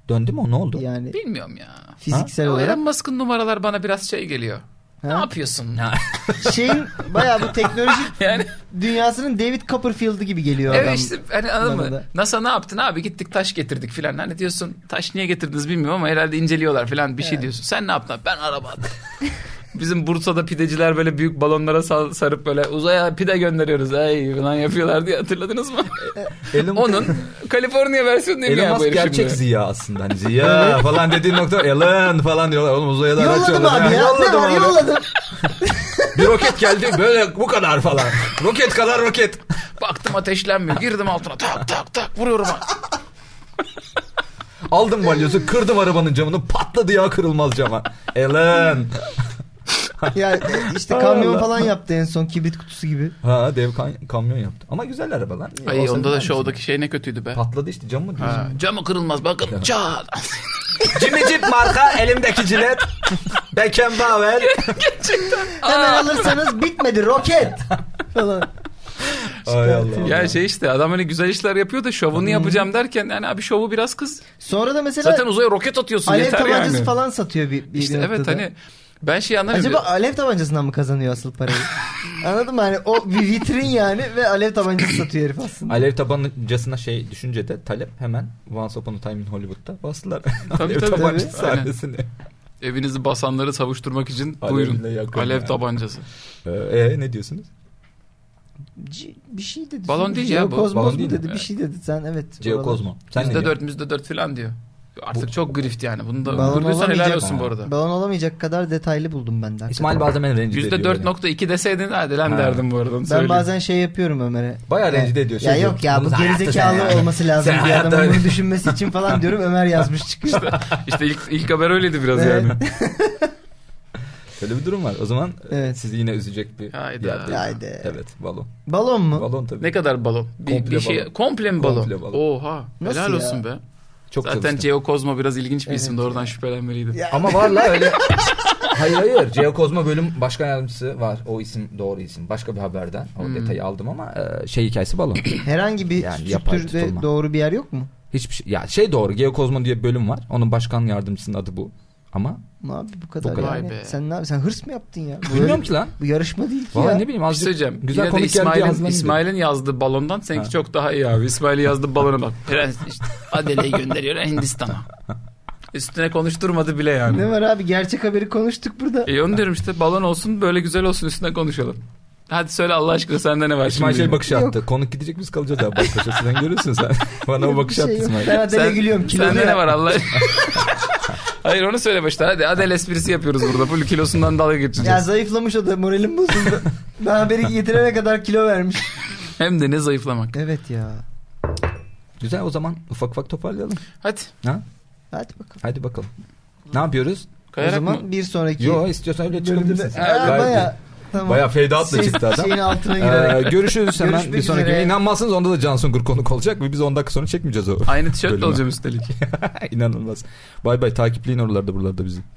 Döndü mü o ne oldu?
Yani
Bilmiyorum ya.
fiziksel
O
olarak.
Elon Musk'ın numaralar bana biraz şey geliyor. Ne
Ha?
yapıyorsun?
Şeyin bayağı bu teknoloji
Yani
dünyasının David Copperfield'ı gibi geliyor adam.
evet işte hani anladın
bana
mı?
da.
NASA ne yaptın abi gittik taş getirdik filan. Hani diyorsun taş niye getirdiniz bilmiyorum ama herhalde inceliyorlar filan bir şey diyorsun. Sen ne yaptın? Ben araba attım. Bizim Bursa'da pideciler böyle büyük balonlara sal- sarıp böyle uzaya pide gönderiyoruz. Ay falan yapıyorlar diye hatırladınız mı?
Elon,
Onun Kaliforniya versiyonu değil mi
Elon
ya bu
Musk
herif
gerçek
şimdi?
ziya aslında. Hani ziya falan dediği nokta Elon falan diyorlar. Oğlum uzaya da araç
Yolladım
yolladı.
abi ya.
Yolladım
ne var
abi.
yolladım.
Bir roket geldi böyle bu kadar falan. Roket kadar roket.
Baktım ateşlenmiyor. Girdim altına tak tak tak vuruyorum. ha.
Aldım balyozu kırdım arabanın camını patladı ya kırılmaz cama. Elon.
ya işte kamyon falan yaptı en son kibrit kutusu gibi.
Ha dev kan- kamyon yaptı. Ama güzel araba lan. Niye
Ay
olsa
onda da
bilmem
şovdaki şey ne kötüydü be.
şimdi. Patladı işte cam mı diyorsun?
Ha, camı kırılmaz bakın çat.
Jimmy Jeep marka elimdeki cilet. Beckenbauer.
Hemen alırsanız bitmedi roket. falan.
Ay Allah.
Ya şey işte adam hani güzel işler yapıyor da şovunu yapacağım derken yani abi şovu biraz kız.
Sonra da mesela
Zaten uzaya roket atıyorsun
alev
yeter
tabancası
yani.
falan satıyor bir, bir
İşte
noktada.
evet hani ben şey anlamıyorum.
Acaba alev tabancasından mı kazanıyor asıl parayı? Anladın mı? Hani o bir vitrin yani ve alev tabancası satıyor herif aslında.
Alev tabancasına şey düşünce de talep hemen Once Upon a Time in Hollywood'da bastılar. Alev
tabii,
tabancası
tabii. Aynen.
sahnesini.
Evinizi basanları savuşturmak için
Alevle
buyurun
yakın
alev
yani.
tabancası.
Eee Ee, e, ne diyorsunuz?
C- bir şey dedi.
Balon değil ya bu.
Kozmos
Balon
mu
değil mi?
dedi bir şey dedi. Sen evet.
Ceo
oralar.
Kozmo. Sen ne
Yüzde
diyorsun?
dört yüzde dört falan diyor. Artık
Bu-
çok grift yani. Bunu da
Balon
öldürdüysen helal
olamayacak.
olsun bu arada.
Balon olamayacak kadar detaylı buldum ben de. hakikaten.
İsmail bazen beni rencide ediyor.
Yüzde dört nokta iki deseydin hadi lan
Ha.
derdim bu arada. onu
Ben
söyleyeyim.
bazen şey yapıyorum Ömer'e.
Bayağı
Ya-
rencide ediyor.
Ya
Şey
yok
diyor,
ya bu
"Bunun hayatı sen
gerizekalı
yani."
olması lazım.
Sen
Bir adamın
hayatta-
bunu düşünmesi için falan diyorum Ömer yazmış çıkıyor.
İşte ilk, ilk haber öyleydi biraz
Evet.
yani.
Böyle bir durum var. O zaman e,
Evet.
sizi yine üzecek bir
Hayda.
yerde.
Haydi.
Evet balon.
Balon mu?
Balon tabii.
Ne kadar balon? Bir,
Komple
bir şey,
balon.
Komple mi balon?
Komple balon.
Oha.
Nasıl
helal
ya?
olsun be.
Çok
Zaten
çalıştım.
Ceo Kozmo biraz ilginç bir isim.
Evet.
Doğrudan şüphelenmeliydim.
Ya-
Ama var la öyle. hayır hayır. Ceo Kozma bölüm başkan yardımcısı var. O isim doğru isim. Başka bir haberden.
Hmm.
O detayı aldım ama e, şey hikayesi balon.
Herhangi bir
Yani yapay
türde
tutulma.
doğru bir yer yok mu?
Hiçbir şey. Ya şey doğru. Geo Kozma diye bir bölüm var. Onun başkan yardımcısının adı bu. Ama
Ne abi bu kadar,
kadar.
yani.
Vay be.
Sen ne abi sen hırs mı yaptın ya? Bu,
bilmiyorum ki lan.
bu yarışma değil ki
Valla
ya.
ne bileyim
Bir şey
azıcık
söyleyeceğim.
güzel
Yine de
komik geldi
İsmail'in,
yazılan
İsmail'in yazdığı balondan seninki
Ha.
çok daha iyi abi. İsmail'in yazdığı balona bak. Prens işte Adele'yi gönderiyor Hindistan'a. Üstüne konuşturmadı bile yani.
Ne var abi gerçek haberi konuştuk burada.
E onu diyorum işte balon olsun böyle güzel olsun üstüne konuşalım. Hadi söyle Allah aşkına sende ne var
İsmail
şimdi?
şey bakış
Yok.
attı. Konuk gidecek biz kalacağız abi. Bak köşesinden görürsün sen. Bana o
Yok, bir
bakış
şey
attı
yok.
İsmail.
Ben Adele gülüyorum. kilolu
Sende
ya.
ne var Allah Hayır onu söyle başta. Hadi Adel esprisi yapıyoruz burada. Full kilosundan dalga geçeceğiz.
Ya zayıflamış o da moralim bozuldu. ben haberi getirene kadar kilo vermiş.
Hem de ne zayıflamak.
Evet ya.
Güzel o zaman ufak ufak toparlayalım.
Hadi
Ha?
Hadi bakalım.
Hadi bakalım. Ne yapıyoruz?
o
kayarak
zaman
mı?
bir sonraki
Yo istiyorsan öyle çıkabilirsin.
bölümde... Ha,
Gayet-
baya, tamam.
Baya feydatla
Şey-
çıktı adam.
Şeyin altına girerek.
Ee, görüşürüz hemen
Görüşmek
bir sonraki
üzere.
bölümde. İnanmazsınız onda da Can Sungur konuk olacak ve biz 10 dakika sonra çekmeyeceğiz o.
Aynı tişörtle
Bölüme.
olacağım üstelik.
İnanılmaz. Bay bay takipleyin oralarda buralarda bizi.